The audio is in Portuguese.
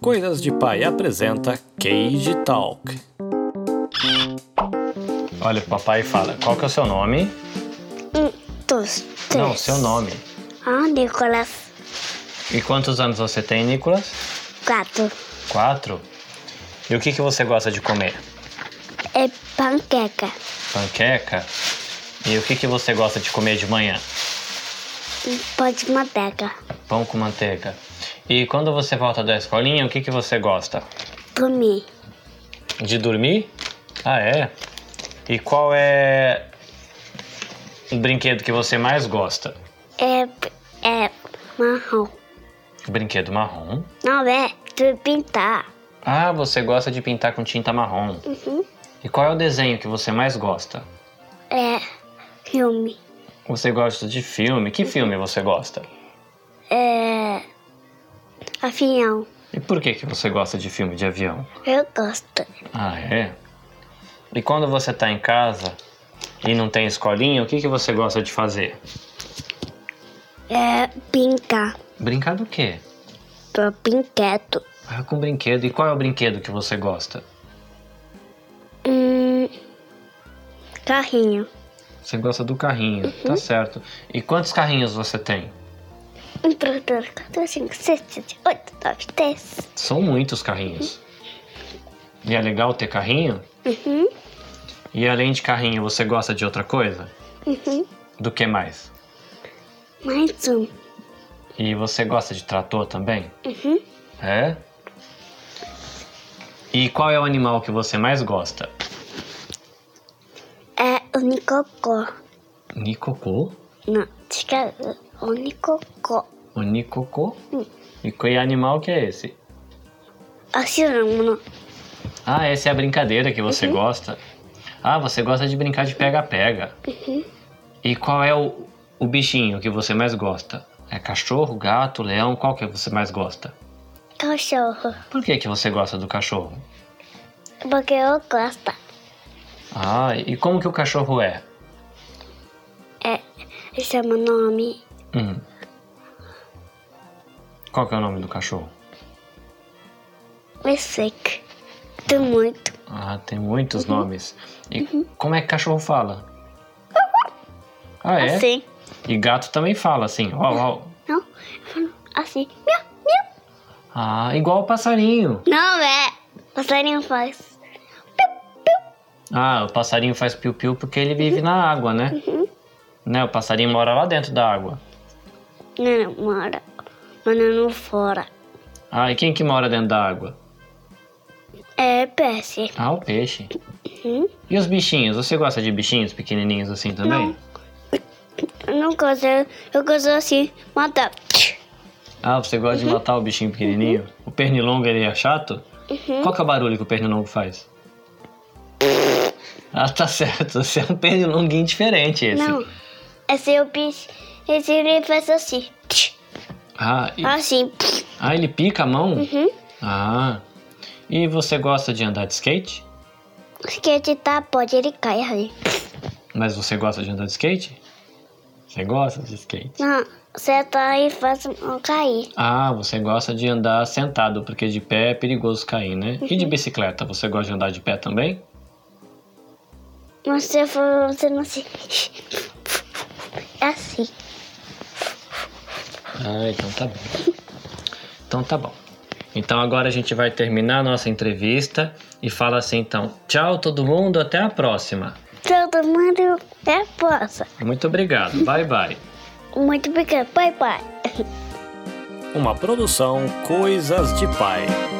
Coisas de Pai apresenta Cage Talk. Olha pro papai e fala, qual que é o seu nome? Um, dois, três. Não, seu nome. Ah, Nicolas. E quantos anos você tem, Nicolas? Quatro. Quatro. E o que, que você gosta de comer? É panqueca. Panqueca? E o que, que você gosta de comer de manhã? Um pão de manteiga. Pão com manteiga. E quando você volta da escolinha, o que, que você gosta? Dormir. De dormir? Ah, é? E qual é o brinquedo que você mais gosta? É, é marrom. Brinquedo marrom? Não é de pintar. Ah, você gosta de pintar com tinta marrom. Uhum. E qual é o desenho que você mais gosta? É filme. Você gosta de filme? Que filme você gosta? É avião. E por que, que você gosta de filme de avião? Eu gosto. Ah, é? E quando você tá em casa e não tem escolinha, o que, que você gosta de fazer? É pintar. Brincar do quê? Tô pinqueto. Ah, com brinquedo. E qual é o brinquedo que você gosta? Hum, carrinho. Você gosta do carrinho, tá certo. E quantos carrinhos você tem? 1, 2, 3, 4, 5, 6, 7, 8, 9, 10. São muitos carrinhos. E é legal ter carrinho? Uhum, E além de carrinho, você gosta de outra coisa? uhum. Do que mais? Mais um. E você gosta de trator também? Uhum. É? E qual é o animal que você mais gosta? É unicocó. Nicocô? Não, fica unicocó. O Nicocô? Hum. E que animal que é esse? Assim não, não. Ah, essa é a brincadeira que você gosta? Ah, você gosta de brincar de pega-pega. E qual é o, o bichinho que você mais gosta? É cachorro, gato, leão? Qual que você mais gosta? Cachorro. Por que, que você gosta do cachorro? Porque eu gosto. Ah, e como que o cachorro é? É, esse é meu nome. Hum. Qual que é o nome do cachorro? Eu sei que tem muito. Ah, tem muitos nomes. E como é que cachorro fala? Ah, é? Assim. E gato também fala assim, ó, ó. Não, eu falo assim. Miau, miau. Ah, igual o passarinho. Não é. Passarinho faz. Ah, o passarinho faz piu-piu porque ele vive na água, né? Uhum. Né, o passarinho mora lá dentro da água. Não, não, mora. Mano, não fora. Ah, e quem que mora dentro da água? É peixe. Ah, o peixe. Hum? E os bichinhos? Você gosta de bichinhos pequenininhos assim também? Não. Eu não gosto. Eu eu gosto assim. Mata. Ah, você gosta Uhum. de matar o bichinho pequenininho? O pernilongo, ele é chato? Uhum. Qual que é o barulho que o pernilongo faz? Ah, tá certo. Você é um pernilonguinho diferente esse. Não. Esse é o bicho. Esse ele faz assim. Ah, e- Assim. ah, ele pica a mão? Uhum. Ah. E você gosta de andar de skate? Skate tá pode, ele cai ali. Mas você gosta de andar de skate? Você gosta de skate? Não, você tá aí faz um cair. Ah, você gosta de andar sentado, porque de pé é perigoso cair, né? E de bicicleta? Você gosta de andar de pé também? Mas se eu for, você não se. É assim. Ah, então tá bom. Então tá bom. Então agora a gente vai terminar a nossa entrevista e fala assim então. Tchau todo mundo, até a próxima. Todo mundo é poça. Muito obrigado. Bye bye. Muito obrigado. Bye, bye. Uma produção Coisas de Pai.